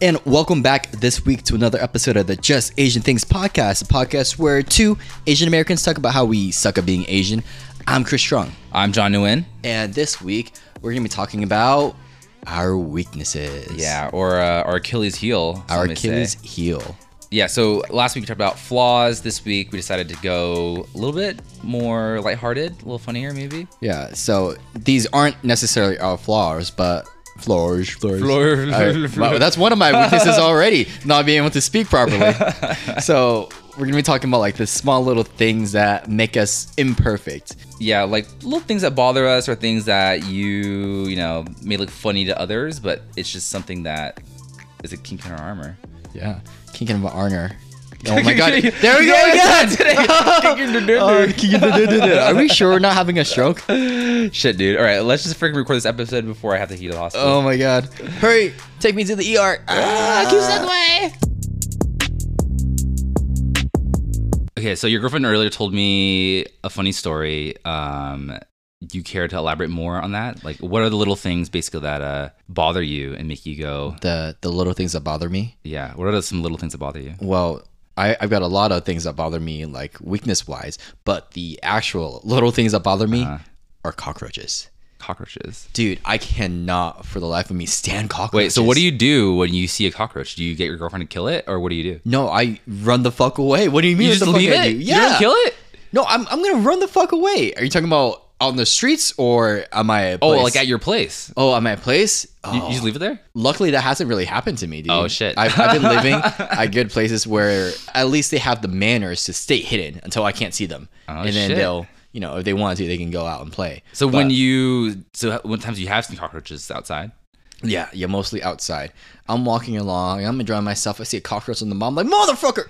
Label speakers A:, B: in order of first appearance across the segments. A: And welcome back this week to another episode of the Just Asian Things podcast, a podcast where two Asian Americans talk about how we suck at being Asian. I'm Chris Strong.
B: I'm John Nguyen.
A: And this week, we're going to be talking about our weaknesses.
B: Yeah, or uh, our Achilles heel. some
A: Our
B: may say.
A: Achilles heel.
B: Yeah, so last week we talked about flaws. This week we decided to go a little bit more lighthearted, a little funnier maybe.
A: Yeah, so these aren't necessarily our flaws, but flaws. flaws.
B: Floor-
A: Uh, wow, that's one of my weaknesses already, not being able to speak properly. so we're gonna be talking about like the small little things that make us imperfect.
B: Yeah, like little things that bother us or things that you, you know, may look funny to others, but it's just something that is a kink in our armor.
A: Yeah, kink in the armor. Oh my god, there we go
B: Yeah,
A: again. Uh,
B: today.
A: kink in the- Are we sure we're not having a stroke?
B: Shit, dude. All right, let's just freaking record this episode before I have to heat the hospital.
A: Oh my god. Hurry, take me to the ER. Ah, keep sucking my-
B: Okay, so your girlfriend earlier told me a funny story. Um, do you care to elaborate more on that? Like, what are the little things basically that uh, bother you and make you go,
A: The the little things that bother me.
B: yeah? What are some little things that bother you?
A: Well, I, I've got a lot of things that bother me, like weakness wise, but the actual little things that bother me
B: Uh-huh.
A: are cockroaches.
B: Cockroaches.
A: Dude, I cannot for the life of me stand cockroaches.
B: Wait, so what do you do when you see a cockroach? Do you get your girlfriend to kill it, or what do you do?
A: No, I run the fuck away. What do you mean?
B: You
A: what
B: just
A: the fuck
B: leave
A: I
B: it?
A: do?
B: You
A: Yeah.
B: don't kill it?
A: no, I'm, I'm gonna run the fuck away. Are you talking about on the streets or am I? At
B: Oh,
A: place?
B: like at your place.
A: oh, at my place. Oh.
B: You, you just leave it there?
A: Luckily, that hasn't really happened to me, dude.
B: Oh, shit.
A: I've, I've been living at good places where at least they have the manners to stay hidden until I can't see them,
B: Oh,
A: and then
B: shit.
A: they'll, you know, if they want to, they can go out and play.
B: So when
A: But,
B: you, so when times you have some cockroaches outside,
A: yeah, yeah, mostly outside. I'm walking along, I'm enjoying myself. I see a cockroach on the mom, like motherfucker.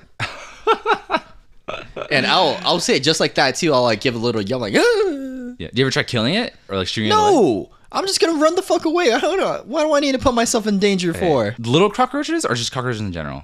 A: and I'll I'll say it just like that too. I'll like give a little yell, like, "Ah."
B: yeah. do you ever try killing it or like shooting it? away?
A: no, I'm just gonna run the fuck away. I don't know. What do I need to put myself in danger for?
B: Little cockroaches or just cockroaches in general?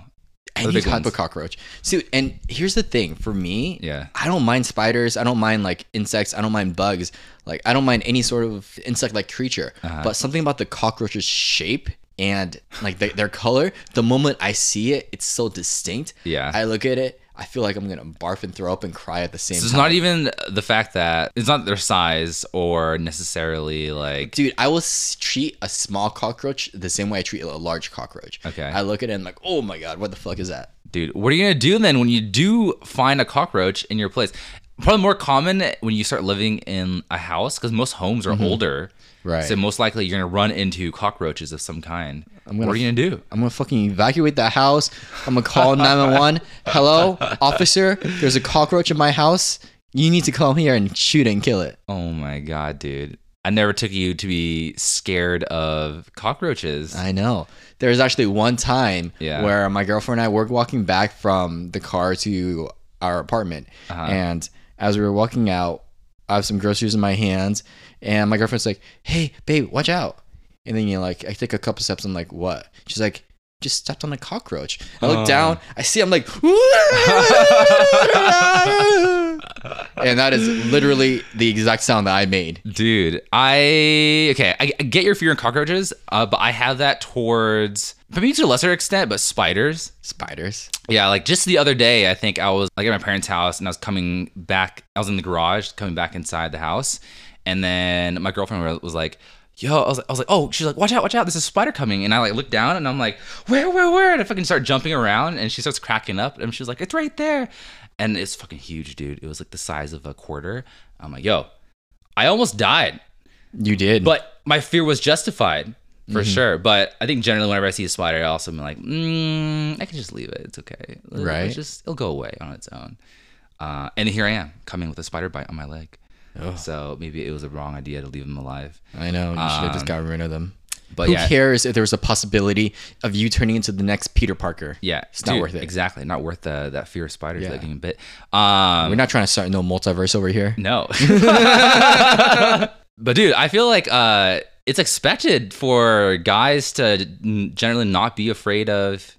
B: the
A: any
B: big
A: type
B: ones.
A: of cockroach. See, and here's the thing for me,
B: Yeah.
A: I don't mind spiders. I don't mind like insects. I don't mind bugs. Like I don't mind any sort of insect-like creature.
B: Uh-huh.
A: But something about the cockroach's shape and like the, their color, the moment I see it, it's so distinct.
B: Yeah.
A: I look at it. I feel like I'm gonna barf and throw up and cry at the same
B: So
A: time.
B: it's not even the fact that it's not their size or necessarily like
A: Dude, I will s- treat a small cockroach the same way I treat a large cockroach.
B: Okay.
A: I look at it and I'm like, oh my god, what the fuck is that?
B: dude what are you gonna do then when you do find a cockroach in your place probably more common when you start living in a house because most homes are older
A: Mm-hmm. Right.
B: so most likely you're gonna run into cockroaches of some kind
A: gonna
B: what are you gonna do
A: I'm gonna fucking evacuate that house. I'm gonna call 911. Hello, officer. There's a cockroach in my house. You need to come here and shoot it and kill it.
B: oh my god dude i never took you to be scared of cockroaches
A: I know. There was actually one time
B: Yeah.
A: where my girlfriend and I were walking back from the car to our apartment, and as we were walking out, I have some groceries in my hands, and my girlfriend's like, "Hey, babe, watch out!" And then you know, like, I take a couple steps. I'm like, "What?" She's like. Just stepped on a cockroach. I look
B: Oh.
A: down. I see. I'm like, and that is literally the exact sound that I made.
B: Dude, I okay. I, I get your fear in cockroaches, uh, but I have that towards maybe to a lesser extent, but spiders.
A: Spiders.
B: Yeah, like just the other day, I think I was like at my parents' house and I was coming back. I was in the garage, coming back inside the house, and then my girlfriend wa- was like, "Yo," I was, I was like, "Oh," she's like, "Watch out, watch out! There's a spider coming!" And I like look down and I'm like, "Where, where, where?" And I fucking start jumping around, and she starts cracking up, and she's like, "It's right there," and it's fucking huge, dude. It was like the size of a quarter. I'm like, "Yo." I almost died.
A: You did.
B: But my fear was justified for
A: Mm-hmm.
B: sure. But I think generally, whenever I see a spider, I also am like, mm, I can just leave it. It's okay. It'll-
A: Right.
B: It's just it'll go away on its own. Uh, and here I am coming with a spider bite on my leg. So maybe it was a wrong idea to leave him alive.
A: I know. You should have just got rid of them.
B: but
A: Um, who
B: yeah.
A: cares if there was a possibility of you turning into the next Peter Parker?
B: Yeah,
A: it's not
B: dude,
A: worth it.
B: Exactly, not worth the, that fear of spiders
A: Yeah.
B: that being bit. Um,
A: We're not trying to start no multiverse over here.
B: No. but dude, I feel like uh it's expected for guys to n- generally not be afraid of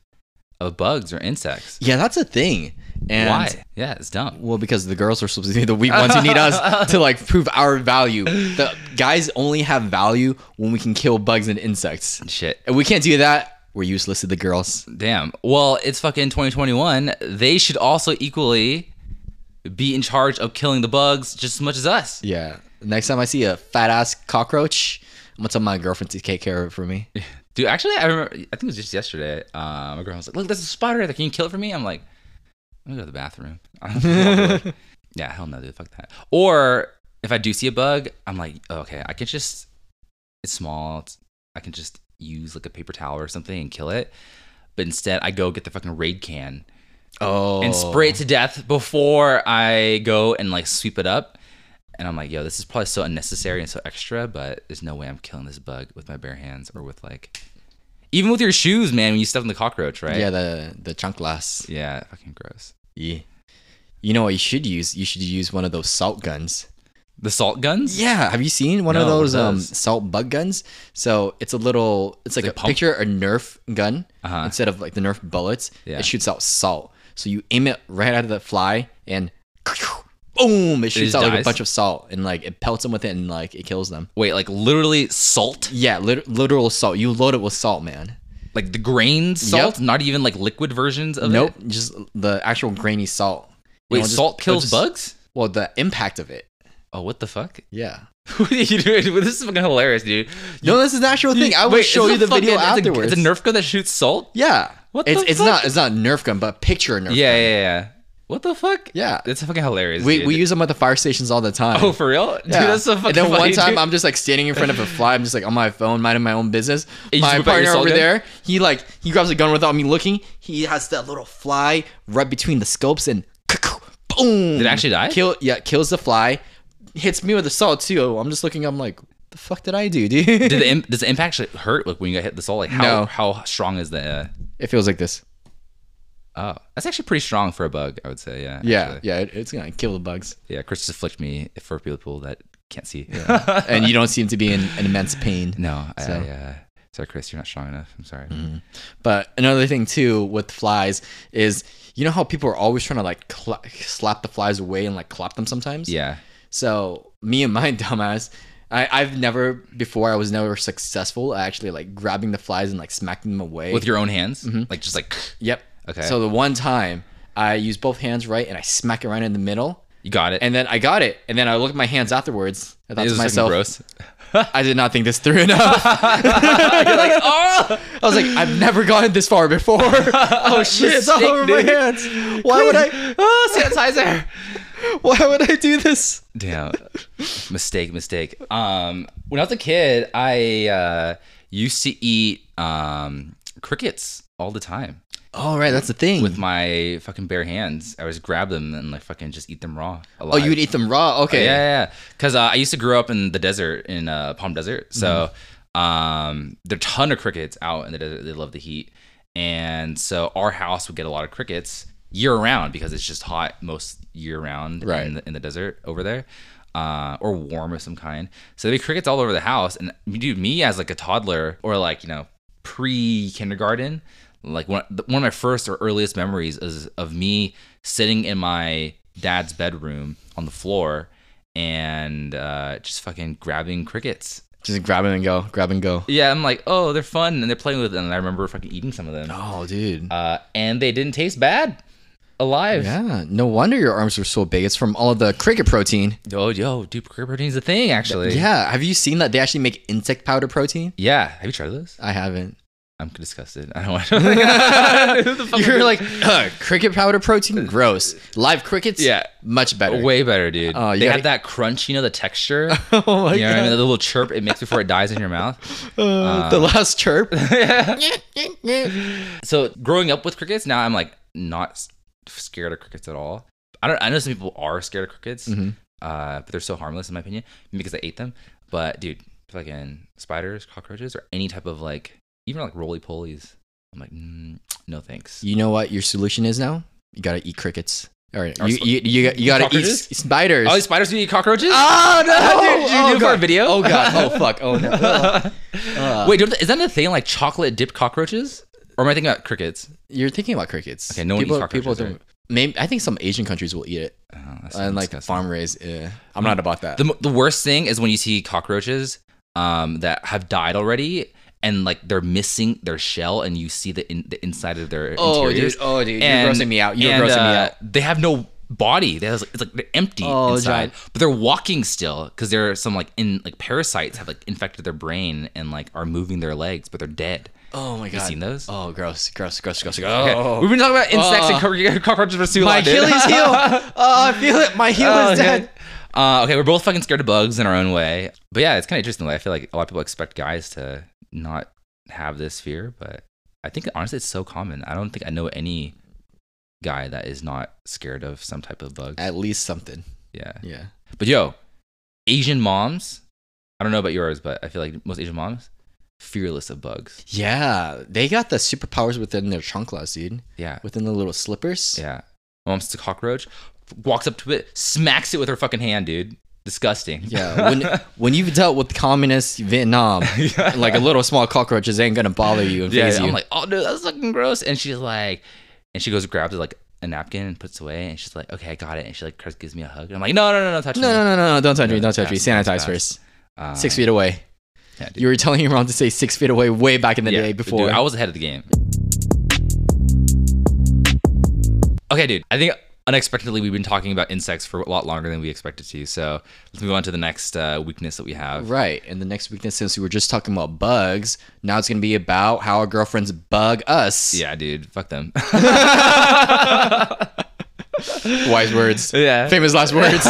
B: of bugs or insects.
A: Yeah, that's a thing. And
B: Why? Yeah, it's dumb.
A: Well, because the girls are supposed to be the weak ones who need us to like prove our value. The guys only have value when we can kill bugs and insects.
B: Shit.
A: And we can't do that Were you solicited the girls?
B: Damn. Well, it's fucking 2021. They should also equally be in charge of killing the bugs just as much as us.
A: Yeah. Next time I see a fat ass cockroach, I'm gonna tell my girlfriend to take care of it for me.
B: Dude, actually, I remember, I think it was just yesterday. Uh, my girl was like, Look, there's a spider there. Can you kill it for me? I'm like, I'm gonna go to the bathroom. yeah, hell no, dude. Fuck that. Or if I do see a bug, I'm like, "Oh, Okay, I can just, it's small. It's, I can just use like a paper towel or something and kill it. But instead, I go get the fucking raid can
A: Oh.
B: and spray it to death before I go and like sweep it up. And I'm like, yo, this is probably so unnecessary and so extra, but there's no way I'm killing this bug with my bare hands or with like, even with your shoes, man. When you stuff in the cockroach, right?
A: Yeah, the the chunk glass.
B: Yeah. Fucking gross.
A: Yeah. You know what you should use? You should use one of those salt guns.
B: The salt guns.
A: Yeah, have you seen one of
B: No, what
A: those um,
B: does?
A: salt bug guns? So it's a little, it's like
B: it
A: a
B: pump?
A: picture a Nerf gun
B: Uh-huh.
A: instead of like the Nerf bullets.
B: Yeah.
A: It shoots out salt. So you aim it right out of the fly and boom, it shoots
B: just
A: out like a
B: dies?
A: bunch of salt and like it pelts them with it and like it kills them.
B: Wait, like literally salt,
A: Yeah, lit- literal salt. You load it with salt, man.
B: like the grain salt, not even like liquid versions of
A: Nope,
B: it.
A: just the actual grainy salt.
B: Wait,
A: It'll just-
B: salt
A: it'll
B: kills
A: just-
B: bugs?
A: Well, the impact of it.
B: Oh, what the fuck?
A: Yeah.
B: what are you doing? This is fucking hilarious, dude.
A: No, this is the actual thing. I will
B: Wait,
A: show
B: is
A: you
B: it a
A: the video
B: fucking- it's a-
A: afterwards.
B: it's a Nerf gun that shoots salt.
A: Yeah.
B: What
A: it's,
B: the
A: it's
B: fuck?
A: not it's not a Nerf gun, but picture a Nerf
B: Yeah,
A: gun.
B: yeah, yeah. What the fuck?
A: Yeah.
B: That's fucking hilarious.
A: We,
B: dude.
A: we use them at the fire stations all the time.
B: Oh, for real? Dude,
A: Yeah.
B: that's so fucking
A: And then one
B: funny,
A: time
B: dude.
A: I'm just like standing in front of a fly, I'm just like on my phone, minding my own business.
B: you just
A: my
B: whip out your
A: partner
B: assault
A: over
B: gun?
A: there, he like he grabs a gun without me looking. He has that little fly right between the scopes and boom.
B: Did it actually die?
A: Kill yeah, kills the fly, hits me with a salt too. I'm just looking, I'm like, the fuck did I do, dude?
B: Did the im- does the impact actually hurt like when you get hit the soul? Like how
A: No.
B: how strong is the
A: it feels like this.
B: uh, oh that's actually pretty strong for a bug, I would say, yeah.
A: Yeah,
B: actually.
A: yeah, it, it's gonna kill the bugs.
B: Yeah, Chris just flicked me for people that can't see.
A: and you don't seem to be in an immense pain.
B: no, I,
A: So- Mm-hmm.
B: I, uh, sorry Chris, you're not strong enough. I'm sorry.
A: But another thing too with flies is you know how people are always trying to like cla slap the flies away and like clap them sometimes.
B: Yeah.
A: So me and my dumbass, I I've never before I was never successful at actually like grabbing the flies and like smacking them away
B: With your own hands?
A: Mm-hmm.
B: Like just like
A: Yep.
B: Okay.
A: So the one time I use both hands right and I smack it right in the middle.
B: you got it.
A: And then I got it, and then I look at my hands afterwards. I thought
B: it
A: to
B: was fucking
A: myself,
B: gross.
A: I did not think this through enough.
B: like, oh,
A: I was like, I've never gotten this far before. oh shit, it's all
B: Mistake,
A: over my
B: dude.
A: hands. Why would I?
B: oh, sanitizer.
A: Why would I do this?
B: Damn. mistake, mistake. Um, when I was a kid, I uh, used to eat um, crickets all the time
A: All right, that's the thing.
B: with my fucking bare hands. I always grab them and like fucking just eat them raw.
A: oh, you would eat them raw. Okay.
B: Yeah, yeah, yeah. Because uh, I used to grow up in the desert, in uh, Palm Desert. So
A: Mm-hmm.
B: um, there are a ton of crickets out in the desert. They love the heat. And so our house would get a lot of crickets year round because it's just hot most year round
A: Right.
B: in, the, in the desert over there. Uh, or warm of some kind. So there'd be crickets all over the house. And dude, me as like a toddler or like, you know, pre kindergarten, like one, the- one of my first or earliest memories is of me sitting in my dad's bedroom on the floor and uh, just fucking grabbing crickets.
A: Just grab them and go. Grab and go.
B: Yeah, I'm like, oh, they're fun, and they're playing with them. And I remember fucking eating some of them,
A: Oh, dude.
B: uh, and they didn't taste bad, alive.
A: yeah. No wonder your arms were so big. It's from all of the cricket protein.
B: Oh, yo, dude, cricket protein's a thing, actually.
A: Yeah. Have you seen that they actually make insect powder protein?
B: Yeah. Have you tried those?
A: I haven't.
B: I'm disgusted. I don't want. Who the fuck
A: You're
B: would-
A: like "Ugh, cricket powder protein. Gross. Live crickets.
B: Yeah.
A: Much better.
B: way better, dude.
A: Oh, you
B: they
A: gotta-
B: have that crunch, you know, the texture.
A: oh my
B: You know what I mean? The
A: god.
B: little chirp it makes before it dies in your mouth.
A: Uh, the last chirp.
B: So growing up with crickets, now I'm like not s- scared of crickets at all. I don't. I know some people are scared of crickets,
A: Mm-hmm.
B: uh, but they're so harmless in my opinion because I ate them. But dude, fucking spiders, cockroaches, or any type of like even like roly polies. I'm like, mm, no thanks.
A: you know what your solution is now? You gotta eat crickets. All right.
B: Or
A: You,
B: sp-
A: you, you, you gotta eat
B: Cockroaches?
A: s- spiders.
B: Oh, these spiders do eat cockroaches?
A: Oh no!
B: Oh, Uh, dude, you do it for
A: god.
B: a video?
A: Oh god! Oh fuck! Oh no! Uh,
B: Wait, don't, is that a thing like chocolate dipped cockroaches? Or am I thinking about crickets?
A: You're thinking about crickets.
B: Okay, no one eats
A: people,
B: cockroaches,
A: People don't.
B: right?
A: Maybe I think some Asian countries will eat it,
B: Oh, that's
A: and like
B: disgusting.
A: farm raised. eh. I'm not about that.
B: The, the worst thing is when you see cockroaches um, that have died already and like they're missing their shell, and you see the in, the inside of their
A: Oh,
B: interiors.
A: dude. Oh, dude. You're grossing me out. You're
B: and,
A: grossing me
B: uh,
A: out.
B: They have no body. They have, it's like they're empty
A: Oh,
B: inside,
A: giant.
B: but they're walking still because there are some like in like parasites have like infected their brain and like are moving their legs, but they're dead.
A: Oh my god.
B: seen those?
A: Oh, gross, gross, gross, gross.
B: Okay.
A: Oh.
B: We've been talking about insects and cockro- cockroaches for too long.
A: My
B: dude.
A: Achilles heel. Oh, I feel it. My heel
B: Oh,
A: is
B: okay.
A: dead.
B: Uh, okay, we're both fucking scared of bugs in our own way. But yeah, it's kind of interesting. Like, I feel like a lot of people expect guys to not have this fear, but I think honestly, it's so common. I don't think I know any guy that is not scared of some type of bug.
A: At least something.
B: Yeah.
A: Yeah.
B: But yo, Asian moms, I don't know about yours, but I feel like most Asian moms, fearless of bugs.
A: Yeah. They got the superpowers within their chanclas, dude.
B: Yeah.
A: Within the little slippers.
B: Yeah. My mom's a cockroach, walks up to it, smacks it with her fucking hand, dude. Disgusting.
A: Yeah, when when you've dealt with communist Vietnam,
B: Yeah.
A: like a little small cockroaches ain't gonna bother you and
B: yeah,
A: phase you.
B: I'm like, oh dude, that's fucking gross. And she's like, and she goes grabs like a napkin and puts it away, and she's like, okay, I got it. And she like Chris gives me a hug, and I'm like, no, no, no, no, touch
A: no,
B: me.
A: no, no, no, no, don't touch me, don't touch me.
B: pass, pass,
A: Sanitize
B: pass.
A: first.
B: Uh,
A: Six feet away.
B: yeah, dude.
A: You were telling your mom to say six feet away way back in the
B: Yeah,
A: day
B: dude,
A: before.
B: I was ahead of the game. Okay, dude. I think unexpectedly we've been talking about insects for a lot longer than we expected to. So let's move on to the next uh, weakness that we have.
A: Right. And the next weekend, since we were just talking about bugs, now it's going to be about how our girlfriends bug us.
B: Yeah, dude. Fuck them.
A: Wise words.
B: yeah.
A: Famous last words.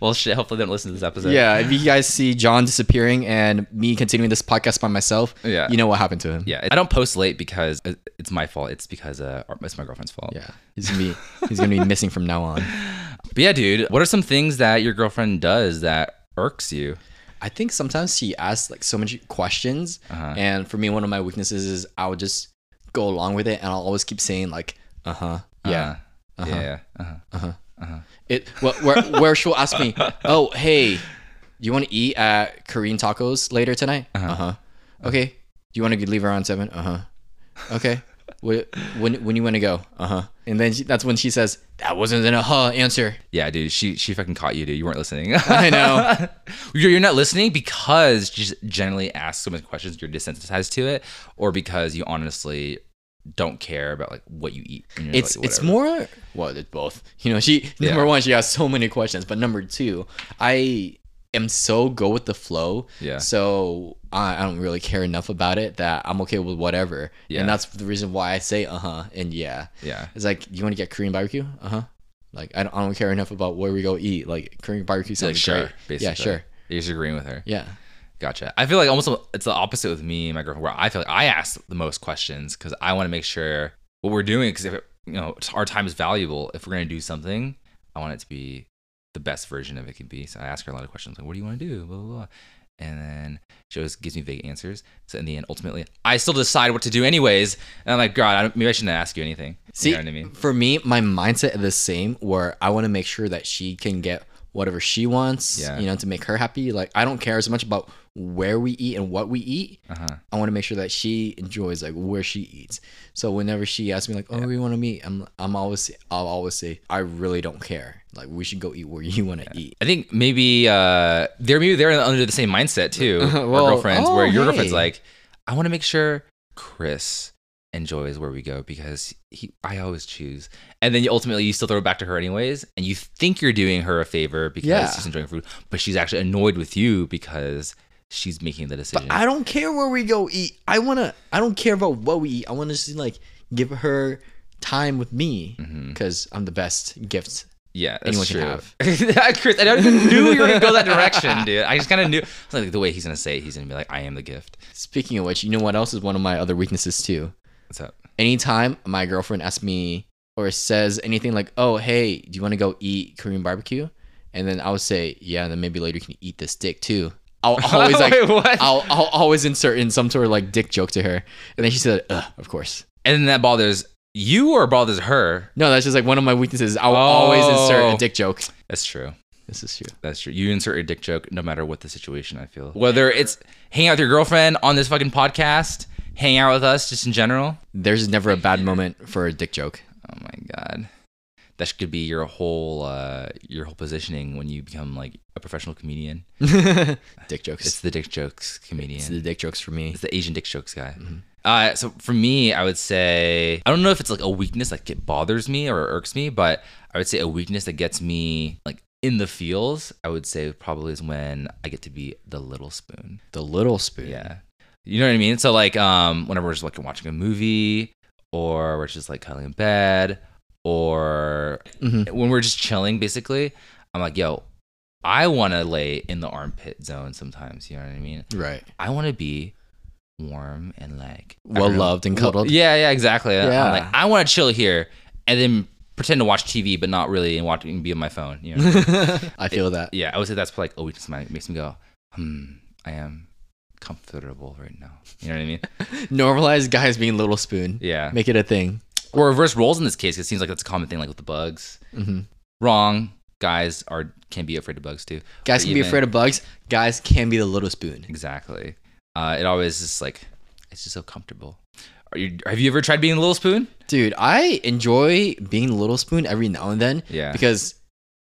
B: well, shit. Hopefully they don't listen to this episode.
A: yeah. If you guys see John disappearing and me continuing this podcast by myself,
B: Yeah.
A: you know what happened to him.
B: Yeah, I don't post late because it- it's my fault. It's because uh, it's my girlfriend's fault.
A: Yeah. He's going to be he's going to be missing from now on.
B: But yeah, dude, what are some things that your girlfriend does that irks you?
A: I think sometimes she asks like so many questions,
B: Uh-huh.
A: and for me, one of my weaknesses is I'll just go along with it, and I'll always keep saying like, "Uh huh, yeah."
B: Uh, Yeah. Uh-huh.
A: It where, where where she'll ask me, "Oh, hey, do you want to eat at Korean tacos later tonight?"
B: Uh-huh.
A: Uh huh. Okay. Do you want to leave around seven? Uh huh. Okay. when when when you want to go? Uh huh. And then she, that's when she says, "That wasn't an uh-huh answer."
B: Yeah, dude, she she fucking caught you, dude. You weren't listening.
A: I know.
B: you're, you're not listening because she just generally asks so many questions. You're desensitized to it, or because you honestly don't care about like what you eat. and you're
A: it's
B: like,
A: it's
B: whatever.
A: more well it's both you know she number one she has so many questions but number two i am so go with the flow
B: Yeah.
A: so i, I don't really care enough about it that i'm okay with whatever
B: Yeah.
A: and that's the reason why i say uh-huh and yeah
B: Yeah.
A: it's like you want to get korean barbecue uh-huh like i don't, I don't care enough about where we go eat like korean barbecue sounds
B: Like sure,
A: great
B: basically.
A: yeah sure
B: You're just agreeing with her.
A: yeah
B: Gotcha. I feel like almost it's the opposite with me and my girlfriend, where I feel like I ask the most questions because I want to make sure what we're doing, because if it, you know our time is valuable, if we're gonna do something, I want it to be the best version of it can be. So I ask her a lot of questions, like, "What do you want to do?" Blah blah blah, and then she always gives me vague answers. So in the end, ultimately, I still decide what to do anyways, and I'm like, "God, I don't, maybe I shouldn't ask you anything."
A: See,
B: you know what I mean?
A: for me, my mindset is the same where I want to make sure that she can get whatever she wants,
B: Yeah.
A: you know, to make her happy. Like, I don't care as much about where we eat and what we eat.
B: Uh-huh.
A: I want to make sure that she enjoys like where she eats. So whenever she asks me like, "Oh, we want to meet," I'm I'm always I'll always say I really don't care. Like we should go eat where you want to eat.
B: I think maybe uh, they're maybe they're under the same mindset too. our
A: Well,
B: girlfriends, where
A: oh,
B: your
A: hey.
B: girlfriend's like, I want to make sure Chris enjoys where we go because he, I always choose, and then you ultimately you still throw it back to her anyways, and you think you're doing her a favor because
A: Yeah.
B: she's enjoying food, but she's actually annoyed with you because she's making the decision.
A: I don't care where we go eat. I wanna. I don't care about what we eat. I want to just like give her time with me
B: Mm-hmm.
A: because I'm the best gift
B: Yeah, that's
A: anyone
B: true.
A: can
B: Chris, I don't even knew you were gonna go that direction, dude. I just kind of knew. It's like the way he's gonna say it, he's gonna be like, "I am the gift."
A: Speaking of which, you know what else is one of my other weaknesses too?
B: What's up?
A: Anytime my girlfriend asks me or says anything like, oh, hey, do you want to go eat Korean barbecue? And then I would say, yeah, and then maybe later you can eat this dick too. I'll always like,
B: Wait, what?
A: I'll, I'll always insert in some sort of like dick joke to her. And then she said, Ugh, of course.
B: And then that bothers you or bothers her.
A: No, that's just like one of my weaknesses. I'll always insert
B: Oh.
A: a dick joke.
B: That's true.
A: This is true.
B: That's true. You insert a dick joke no matter what the situation, I feel. Whether it's hang out with your girlfriend on this fucking podcast, hang out with us just in general.
A: There's never a bad moment for a dick joke.
B: Oh my God. that could be your whole uh, your whole positioning when you become like a professional comedian.
A: dick jokes.
B: It's the dick jokes comedian.
A: It's the dick jokes for me.
B: It's the Asian dick jokes guy. Uh, so for me, I would say I don't know if it's like a weakness like it bothers me or irks me, but I would say a weakness that gets me like in the feels. I would say probably is when I get to be the little spoon.
A: The little spoon.
B: Yeah, you know what I mean. So like um, whenever we're just like watching a movie or we're just like cuddling in bed or
A: Mhm.
B: when we're just chilling, basically, I'm like, yo, I want to lay in the armpit zone sometimes. You know what I mean?
A: Right.
B: I want to be warm and like I
A: Well
B: don't know.
A: loved and
B: Well-
A: cuddled.
B: yeah, yeah, exactly.
A: Yeah.
B: I'm like, I want to chill here and then pretend to watch TV, but not really and watch and be on my phone. You know?
A: I feel that.
B: yeah, I would say that's like a weakness of mine. It makes me go, hmm, I am comfortable right now. You know what I mean?
A: Normalize guys being little spoon.
B: Yeah.
A: Make it a thing.
B: Or reverse roles in this case. 'cause It seems like that's a common thing, like with the bugs.
A: hmm
B: Wrong. Guys are can be afraid of bugs too.
A: Guys can be afraid of bugs. Guys can be the little spoon.
B: Exactly. Uh, it always is like it's just so comfortable. Are you, have you ever tried being a little spoon?
A: Dude, I enjoy being the little spoon every now and then
B: Yeah.
A: because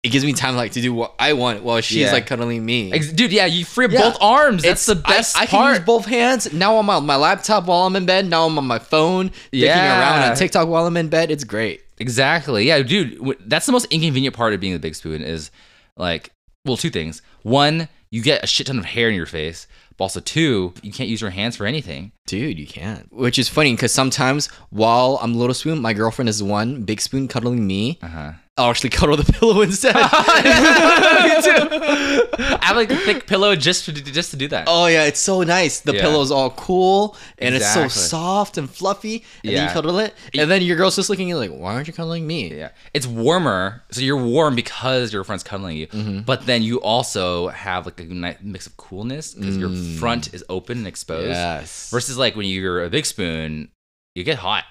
A: it gives me time like to do what I want while she's
B: Yeah.
A: like cuddling me.
B: Ex- Dude, yeah, you free up
A: Yeah.
B: both arms. That's the
A: It's- I-
B: best
A: I,
B: part.
A: can use both hands. Now I'm on my laptop while I'm in bed. Now I'm on my phone, dicking
B: Yeah.
A: around on TikTok while I'm in bed. It's great.
B: exactly. Yeah, dude, w- that's the most inconvenient part of being the big spoon is like, well, two things. One, you get a shit ton of hair in your face, but also two, you can't use your hands for anything.
A: Dude, you can't. Which is funny because sometimes while I'm little spoon, my girlfriend is the one big spoon cuddling me.
B: Uh-huh.
A: I'll actually cuddle the pillow instead.
B: I have like a thick pillow just to, just to do that.
A: oh yeah, it's so nice. The
B: Yeah.
A: pillow's all cool and it's so
B: Exactly.
A: soft and fluffy. And then you
B: Yeah.
A: cuddle it, and then your girl's just looking at you like, "Why aren't you cuddling me?"
B: Yeah. It's warmer, so you're warm because your front's cuddling you. But then you also have like a nice mix of coolness because your front is open and exposed.
A: Yes.
B: Versus like when you're a big spoon, you get hot.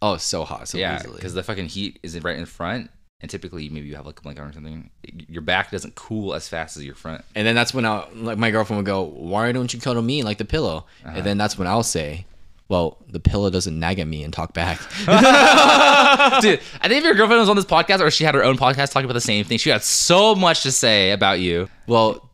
A: Oh, it's so hot, so
B: yeah,
A: easily.
B: because the fucking heat is right in front, and typically maybe you have like a blanket on or something. Your back doesn't cool as fast as your front.
A: And then that's when I like my girlfriend would go, "Why don't you cuddle me like the pillow?"
B: Uh-huh.
A: And then that's when I'll say, "Well, the pillow doesn't nag at me and talk back."
B: Dude, I think if your girlfriend was on this podcast or she had her own podcast talking about the same thing, she had so much to say about you.
A: well,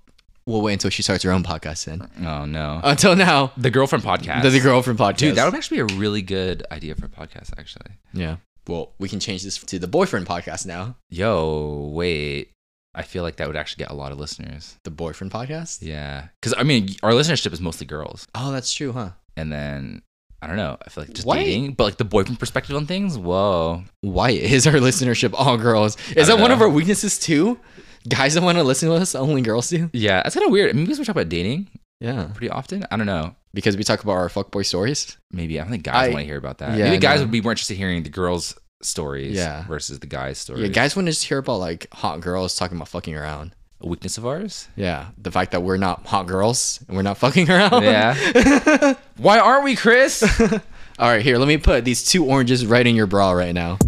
A: we'll wait until she starts her own podcast then.
B: Oh no,
A: Until now,
B: the girlfriend podcast.
A: the, the girlfriend podcast.
B: Dude, that would actually be a really good idea for a podcast, actually.
A: yeah. Well, we can change this to the boyfriend podcast now.
B: Yo, wait. I feel like that would actually get a lot of listeners.
A: The boyfriend podcast.
B: Yeah. Because, I mean, our listenership is mostly girls.
A: Oh, that's true, huh?
B: And then, I don't know. I feel like just
A: Why-
B: dating, but like the boyfriend perspective on things. Whoa.
A: Why is our listenership all girls? Is that
B: don't
A: one of
B: know.
A: our weaknesses too? Guys don't want to listen to us, only girls do.
B: Yeah. That's kind of weird. I mean, because we talk about dating
A: Yeah,
B: pretty often. I don't know.
A: because we talk about our fuckboy stories.
B: Maybe. I don't think guys
A: I-
B: want to hear about that.
A: Yeah,
B: Maybe guys
A: no.
B: would be more interested in hearing the girls' stories
A: Yeah.
B: versus the guys' stories.
A: Yeah, guys want to just hear about like hot girls talking about fucking around.
B: A weakness of ours?
A: Yeah, the fact that we're not hot girls and we're not fucking around.
B: Yeah. Why aren't we, Chris?
A: All right, here, let me put these two oranges right in your bra right now.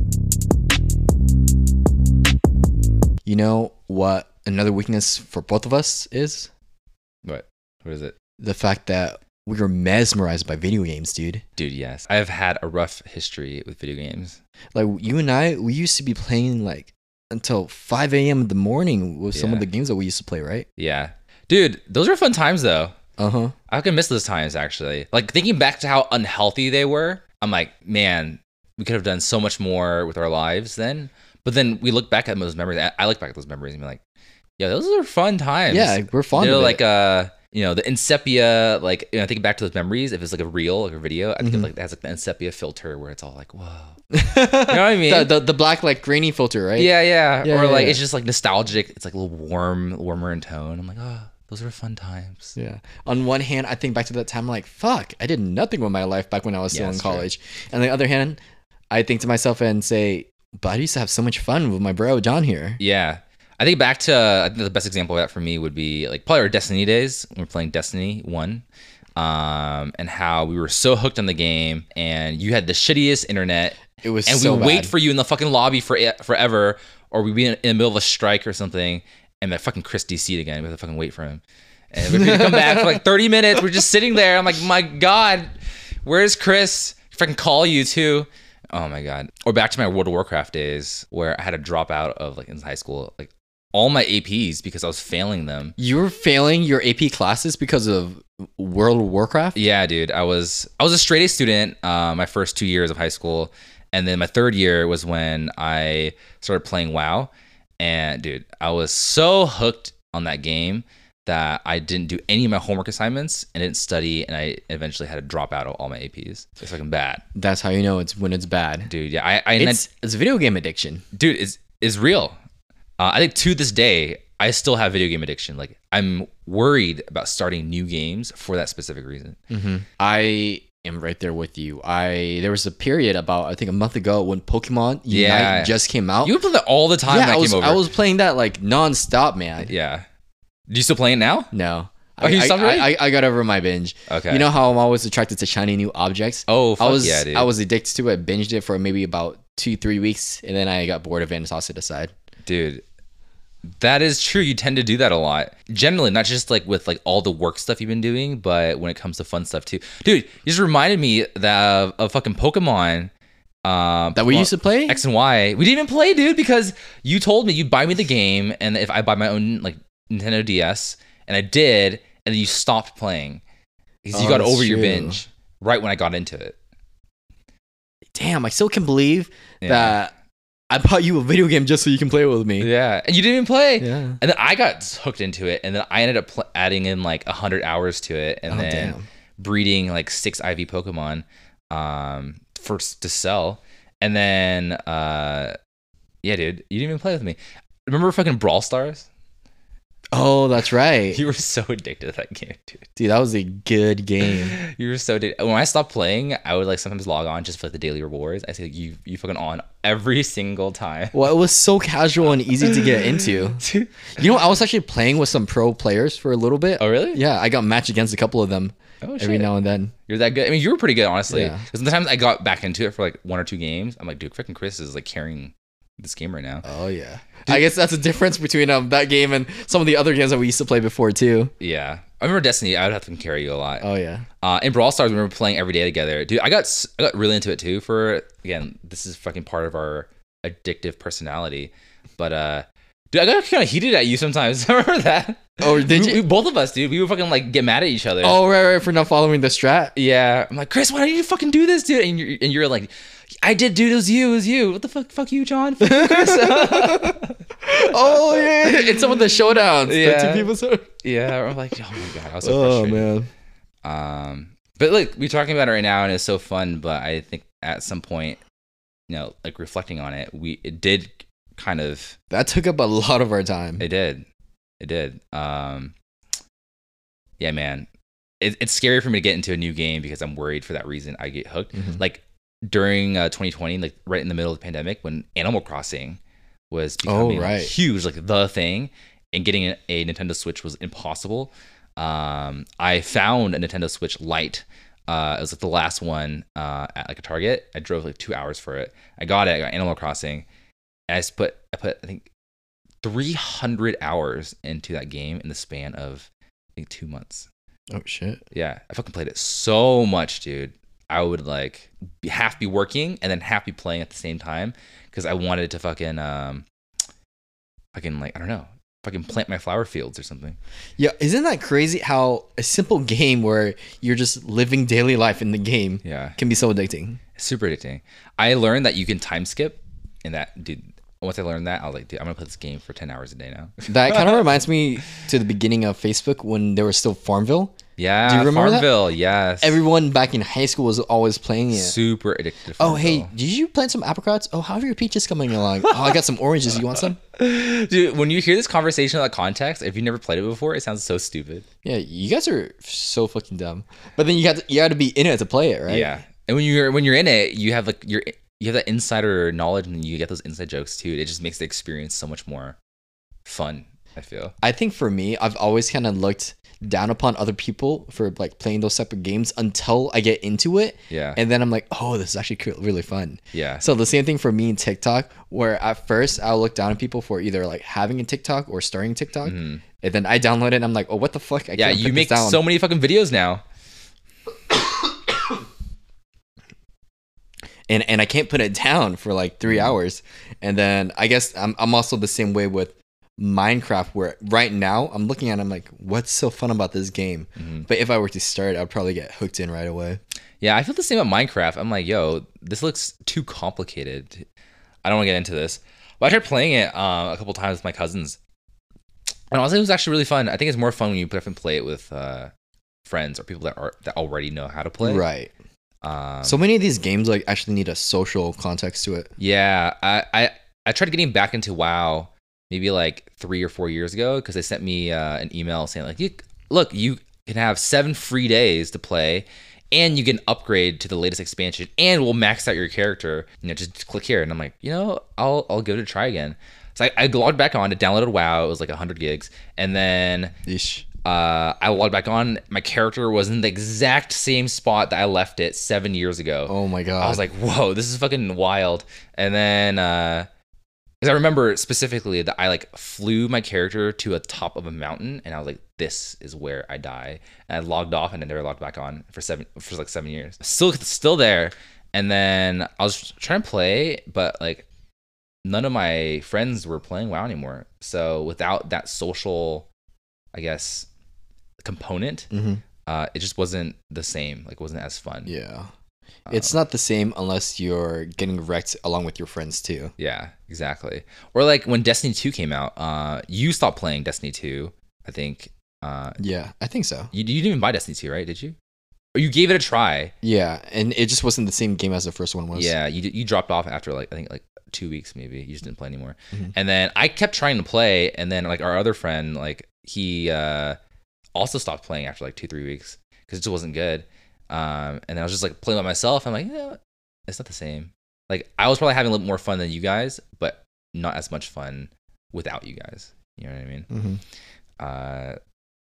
A: You know what another weakness for both of us is?
B: what? What is it?
A: The fact that we were mesmerized by video games, dude.
B: Dude, yes. I've had a rough history with video games.
A: Like, you and I, we used to be playing like until 5 a.m. in the morning with some of
B: Yeah.
A: the games that we used to play, right?
B: Yeah. Dude, those were fun times though.
A: Uh huh.
B: I can miss those times actually. Like thinking back to how unhealthy they were, I'm like, man, we could have done so much more with our lives then. But then we look back at those memories. I- I look back at those memories and be like, yeah, those are fun times.
A: Yeah, we're fond
B: They're
A: of
B: like
A: it.
B: uh you know the Incepia like you know thinking back to those memories if it's like a reel like a video I think
A: Mm-hmm.
B: it like it has like the Incepia filter where it's all like whoa you know what I mean
A: the, the, the black, like, grainy filter, right?
B: Yeah, yeah.
A: Yeah,
B: or
A: yeah,
B: like
A: yeah.
B: it's just like nostalgic. It's like a little warm, warmer in tone. I'm like, oh, those were fun times.
A: Yeah. On one hand, I think back to that time, like, fuck, I did nothing with my life back when I was still
B: Yeah,
A: in
B: that's true.
A: college. And on the other hand, I think to myself and say, but I used to have so much fun with my bro John here.
B: Yeah. I think back to I think the best example of that for me would be like probably our Destiny days when we we're playing Destiny One, um, and how we were so hooked on the game, and you had the shittiest internet,
A: It was
B: and
A: so
B: we wait
A: bad.
B: for you in the fucking lobby for e, forever, or we'd be in, in the middle of a strike or something, and that fucking Chris DC again. We have to fucking wait for him, and we'd come back for like thirty minutes. We're just sitting there. I'm like, my god, where's Chris? If I can call you too. Oh my god. Or back to my World of Warcraft days where I had to drop out of like in high school, like all my APs because I was failing them.
A: You were failing your AP classes because of World of Warcraft?
B: Yeah, dude. I was I was a straight A student uh, my first two years of high school, and then my third year was when I started playing WoW. And dude, I was so hooked on that game that I didn't do any of my homework assignments and didn't study, and I eventually had to drop out of all my APs. It's fucking bad,
A: That's how you know it's when it's bad.
B: dude. Yeah, I, I and
A: It's, it's video game addiction.
B: that- dude is is real. Uh, I think to this day, I still have video game addiction. Like I'm worried about starting new games for that specific reason.
A: Mm-hmm. I am right there with you. I there was a period about I think a month ago when Pokemon Unite
B: Yeah.
A: just came out.
B: You would play that all the time.
A: yeah,
B: when I,
A: I, was
B: came over.
A: I was playing that like nonstop, man.
B: Yeah. Do you still play it now?
A: No.
B: Oh,
A: I,
B: you
A: I,
B: stopped already?
A: I, I, I got over my binge.
B: Okay.
A: You know how I'm always attracted to shiny new objects?
B: Oh, fuck
A: I was
B: yeah, dude.
A: I was addicted to it, binged it for maybe about two, three weeks, and then I got bored of it and tossed it aside.
B: dude. That is true. You tend to do that a lot. Generally, not just like with like all the work stuff you've been doing, but when it comes to fun stuff too. Dude, you just reminded me that uh, of, of fucking Pokemon. Um,
A: That we
B: Pokemon
A: used to play?
B: X and Y. We didn't even play, dude, because you told me you'd buy me the game, and if I buy my own like Nintendo DS, and I did, and then you stopped playing because you
A: Oh,
B: got
A: that's
B: over your
A: true.
B: binge right when I got into it.
A: Damn, I still can believe
B: Yeah.
A: that I bought you a video game just so you can play it with me.
B: Yeah, and you didn't even play.
A: Yeah.
B: And then I got hooked into it, and then I ended up pl- adding in like hundred hours to it, and
A: Oh,
B: then
A: damn.
B: breeding like six IV Pokemon, um, first to sell, and then uh, yeah, dude, you didn't even play with me. Remember fucking Brawl Stars?
A: Oh, that's right.
B: You were so addicted to that game, dude.
A: Dude, that was a good game.
B: You were so addicted. When I stopped playing, I would like sometimes log on just for like, the daily rewards. I see like, you you fucking on every single time.
A: Well, it was so casual and easy to get into. You know, I was actually playing with some pro players for a little bit.
B: Oh, really?
A: Yeah, I got matched against a couple of them
B: Oh,
A: every
B: shit.
A: now and then.
B: You're that good. I mean, you were pretty good, honestly.
A: Yeah.
B: Sometimes I got back into it for like one or two games. I'm like, dude, freaking Chris is like carrying this game right now.
A: Oh yeah. I guess that's the difference between um, that game and some of the other games that we used to play before too.
B: Yeah. I remember Destiny. I would have to carry you a lot.
A: Oh yeah.
B: Uh, in Brawl Stars, we were playing every day together. Dude, I got s- I got really into it too. For again, this is fucking part of our addictive personality. But uh, dude, I got kind of heated at you sometimes. remember that?
A: Oh, did
B: We-
A: you-
B: we- both of us, dude. We would fucking like get mad at each other.
A: Oh right, right for not following the strat.
B: Yeah, I'm like Chris. Why did you fucking do this, dude? And you're, and you're like, I did, dude. It was you. It was you. What the fuck? Fuck you, John. Fuck you, Chris.
A: Oh yeah. in some of the showdowns. The
B: Yeah.
A: two people. So-
B: yeah, I'm like, oh my god, I was so
A: oh
B: frustrated.
A: man.
B: Um, but look, we're talking about it right now, and it's so fun. But I think at some point, you know, like reflecting on it, we it did kind of
A: That took up a lot of our time.
B: it did it did. Um, yeah, man, it, it's scary for me to get into a new game because I'm worried for that reason. I get hooked.
A: Mhm.
B: like during uh, 2020, like right in the middle of the pandemic, when Animal Crossing was
A: Oh,
B: becoming like,
A: right.
B: huge, like the thing, and getting a, a Nintendo Switch was impossible. Um, I found a Nintendo Switch Lite. Uh, it was like the last one uh, at like a Target. I drove like two hours for it. I got it. I got Animal Crossing, and I just put I put I think 300 hours into that game in the span of I think two months.
A: Oh shit.
B: Yeah, I fucking played it so much, dude. I would like be, half be working and then half be playing at the same time because I wanted to fucking um, fucking like I don't know, fucking plant my flower fields or something.
A: Yeah, isn't that crazy how a simple game where you're just living daily life in the game
B: Yeah,
A: can be so addicting?
B: super addicting. I learned that you can time skip, and that dude. Once I learned that, I was like, dude, I'm gonna play this game for ten hours a day now.
A: That kind of reminds me to the beginning of Facebook when there was still Farmville.
B: yeah,
A: Do you remember that?
B: Farmville? Yes,
A: Everyone back in high school was always playing it.
B: super addicted. To
A: Oh, hey,
B: Farmville.
A: did you plant some apricots? Oh, how are your peaches coming along? Oh, I got some oranges. You want some?
B: dude. When you hear this conversation out of context, if you never played it before, it sounds so stupid.
A: Yeah, you guys are so fucking dumb. But then you got to, you got to be in it to play it, right?
B: Yeah. And when you're when you're in it, you have like your you have that insider knowledge and you get those inside jokes too. It just makes the experience so much more fun, I feel.
A: I think for me, I've always kind of looked down upon other people for like playing those type of games until I get into it.
B: Yeah.
A: And then I'm like, oh, this is actually cool- really fun.
B: Yeah.
A: So the same thing for me in TikTok, where at first I'll look down on people for either like having a TikTok or starting TikTok. And then I download it and I'm like, oh, what the fuck? I
B: Mm-hmm. yeah,
A: can't
B: you
A: put
B: make
A: this down.
B: so many fucking videos now.
A: and and I can't put it down for like three
B: Mm-hmm.
A: hours. And then I guess I'm I'm also the same way with Minecraft, where right now I'm looking at it, I'm like, what's so fun about this game? But if I were to start, I'd probably get hooked in right away.
B: Yeah, I feel the same about Minecraft. I'm like, yo, this looks too complicated. I don't want to get into this. But I tried playing it um, a couple times with my cousins, and honestly, it was actually really fun. I think it's more fun when you definitely play it with uh, friends or people that are that already know how to play.
A: Right.
B: Um,
A: so many of these games like actually need a social context to it.
B: Yeah, I, I I tried getting back into WoW maybe like three or four years ago because they sent me uh, an email saying like, you, look, you can have seven free days to play, and you can upgrade to the latest expansion, and we'll max out your character. You know, just click here, and I'm like, you know, I'll I'll give it a try again. So I, I logged back on, I downloaded WoW. It was like 100 gigs, and then
A: Ish.
B: uh, I logged back on. My character was in the exact same spot that I left it seven years ago.
A: Oh my god.
B: I was like, whoa, this is fucking wild. And then, uh, because I remember specifically that I like flew my character to a top of a mountain, and I was like, this is where I die. And I logged off, and I never logged back on for seven for like seven years. Still, still there. And then I was trying to play, but like none of my friends were playing WoW anymore. So without that social, I guess, component,
A: Mhm.
B: uh, it just wasn't the same. Like, it wasn't as fun.
A: yeah.
B: Uh,
A: It's not the same unless you're getting wrecked along with your friends too.
B: Yeah, exactly. Or like when Destiny 2 came out, uh, you stopped playing Destiny 2, I think. Uh,
A: Yeah, I think so.
B: you, you didn't even buy Destiny 2, right? Did you? Or you gave it a try.
A: Yeah, and it just wasn't the same game as the first one was.
B: Yeah, you, d- you dropped off after like, I think like two weeks maybe. You just didn't play anymore.
A: Mhm.
B: And then I kept trying to play. And then like our other friend, like he uh, also stopped playing after like two, three weeks because it just wasn't good. Um, and then I was just like playing by myself. I'm like, yeah, it's not the same. Like I was probably having a little more fun than you guys, but not as much fun without you guys. You know what I mean?
A: hmm
B: Uh,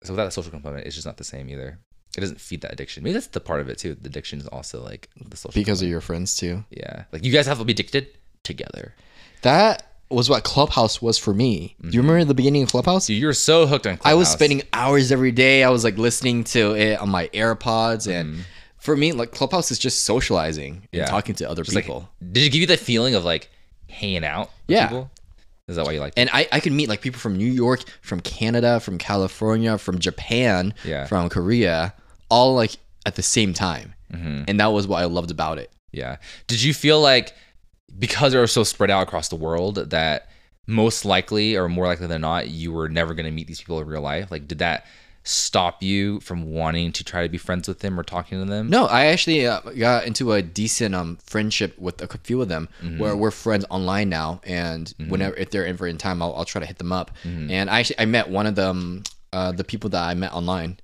B: so without that social component, it's just not the same either. It doesn't feed that addiction. Maybe that's the part of it too. The addiction is also like the social
A: Because of your friends too.
B: component. yeah, like you guys have to be addicted together.
A: That was what Clubhouse was for me. Do you remember the beginning of Clubhouse?
B: Dude, Mm-hmm. you were so hooked on. Clubhouse.
A: I was spending hours every day. I was like listening to it on my AirPods, and for me, like Clubhouse is just socializing and
B: Mm-hmm. Yeah.
A: talking to other
B: Just, like,
A: people.
B: did it give you the feeling of like hanging out? With
A: Yeah.
B: People? Is that why you like?
A: and I, I could meet like people from New York, from Canada, from California, from Japan,
B: Yeah.
A: from Korea, all like at the same time.
B: Mm-hmm.
A: And that was what I loved about it.
B: Yeah. Did you feel like because they were so spread out across the world that most likely or more likely than not you were never going to meet these people in real life? Like did that stop you from wanting to try to be friends with them or talking to them?
A: No, I actually uh, got into a decent um, friendship with a few of them
B: Mm-hmm.
A: where we're friends online now. And whenever, if they're ever in time, I'll, I'll try to hit them up.
B: Mm-hmm.
A: And I actually, I met one of them, uh, the people that I met online.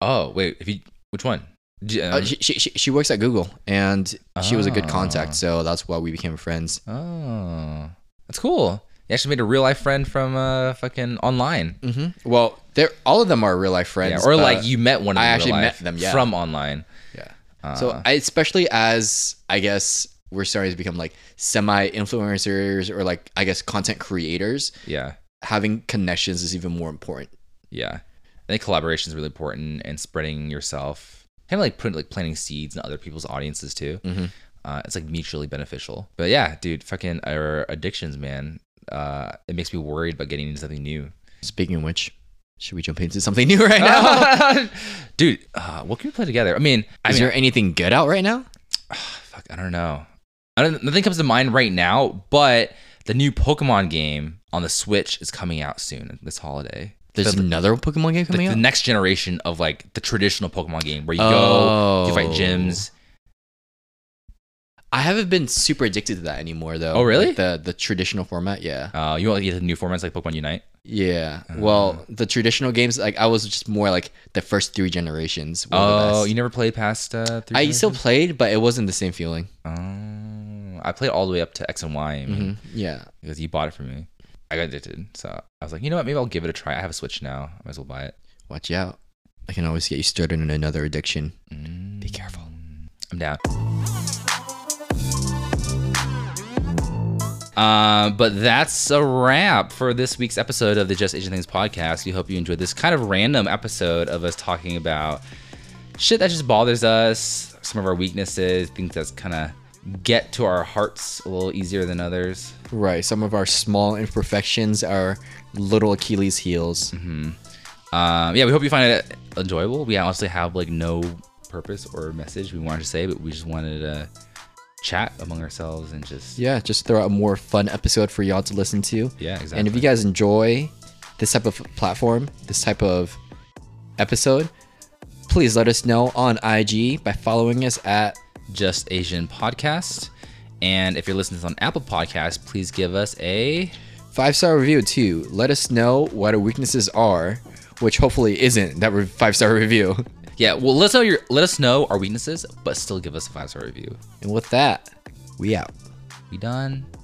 B: Oh, wait, if you which one? um, Did you-
A: Uh, she, she, she she works at Google and she was a good
B: Oh.
A: contact. So that's why we became friends.
B: oh. That's cool. You actually made a real life friend from uh fucking online.
A: Mm-hmm. Well, they're, all of them are real life
B: Yeah,
A: friends.
B: or
A: but-
B: like you met one of them
A: I
B: in real
A: actually met
B: life
A: them, yeah.
B: from online.
A: Yeah.
B: Ah.
A: so I, especially as I guess we're starting to become like semi influencers or like I guess content creators,
B: Yeah.
A: having connections is even more important.
B: Yeah. I think collaboration is really important and spreading yourself, kind of like putting like planting seeds in other people's audiences too.
A: Mm-hmm.
B: Uh, it's like mutually beneficial. But yeah, dude, fucking our addictions, man. Uh, it makes me worried about getting into something new.
A: Speaking of which, should we jump into something new right now?
B: dude, uh, what can we play together? I mean, I
A: is
B: mean,
A: there anything good out right now?
B: fuck, I don't know. I don't, nothing comes to mind right now, but the new Pokemon game on the Switch is coming out soon this holiday.
A: There's another Pokemon game coming
B: like
A: out.
B: the next generation of like the traditional Pokemon game where you go, you fight
A: Oh.
B: gyms.
A: I haven't been super addicted to that anymore though.
B: Oh, really?
A: Like, the the traditional format, yeah,
B: Uh, you want to get the new formats like Pokemon Unite?
A: yeah.
B: Uh.
A: well, the traditional games, like I was just more like the first three generations. Were the
B: Oh,
A: best.
B: you never played past uh, three.
A: I still
B: generations?
A: played, but it wasn't the same feeling.
B: Oh, I played all the way up to X and Y I mean,
A: hmm Yeah.
B: because you bought it for me. I got addicted, so I was like, you know what? Maybe I'll give it a try. I have a Switch now. I might as well buy it.
A: Watch out. I can always get you started in another addiction. Be careful.
B: I'm down. Um, but that's a wrap for this week's episode of the Just Asian Things podcast. We hope you enjoyed this kind of random episode of us talking about shit that just bothers us, some of our weaknesses, things that's kind of get to our hearts a little easier than others.
A: Right. Some of our small imperfections are little Achilles heels.
B: Um, yeah, we hope you find it enjoyable. We honestly have like no purpose or message we wanted to say, but we just wanted to chat among ourselves and just
A: Yeah, just throw out a more fun episode for y'all to listen to.
B: Yeah, exactly.
A: And if you guys enjoy this type of platform, this type of episode, please let us know on IG by following us at
B: just Asian podcast. And if you're listening to this on Apple Podcasts, please give us a
A: five star review too. Let us know what our weaknesses are, which hopefully isn't that five star review.
B: yeah. Well, let us know your let us know our weaknesses, but still give us a five star review.
A: And with that, we out.
B: We done.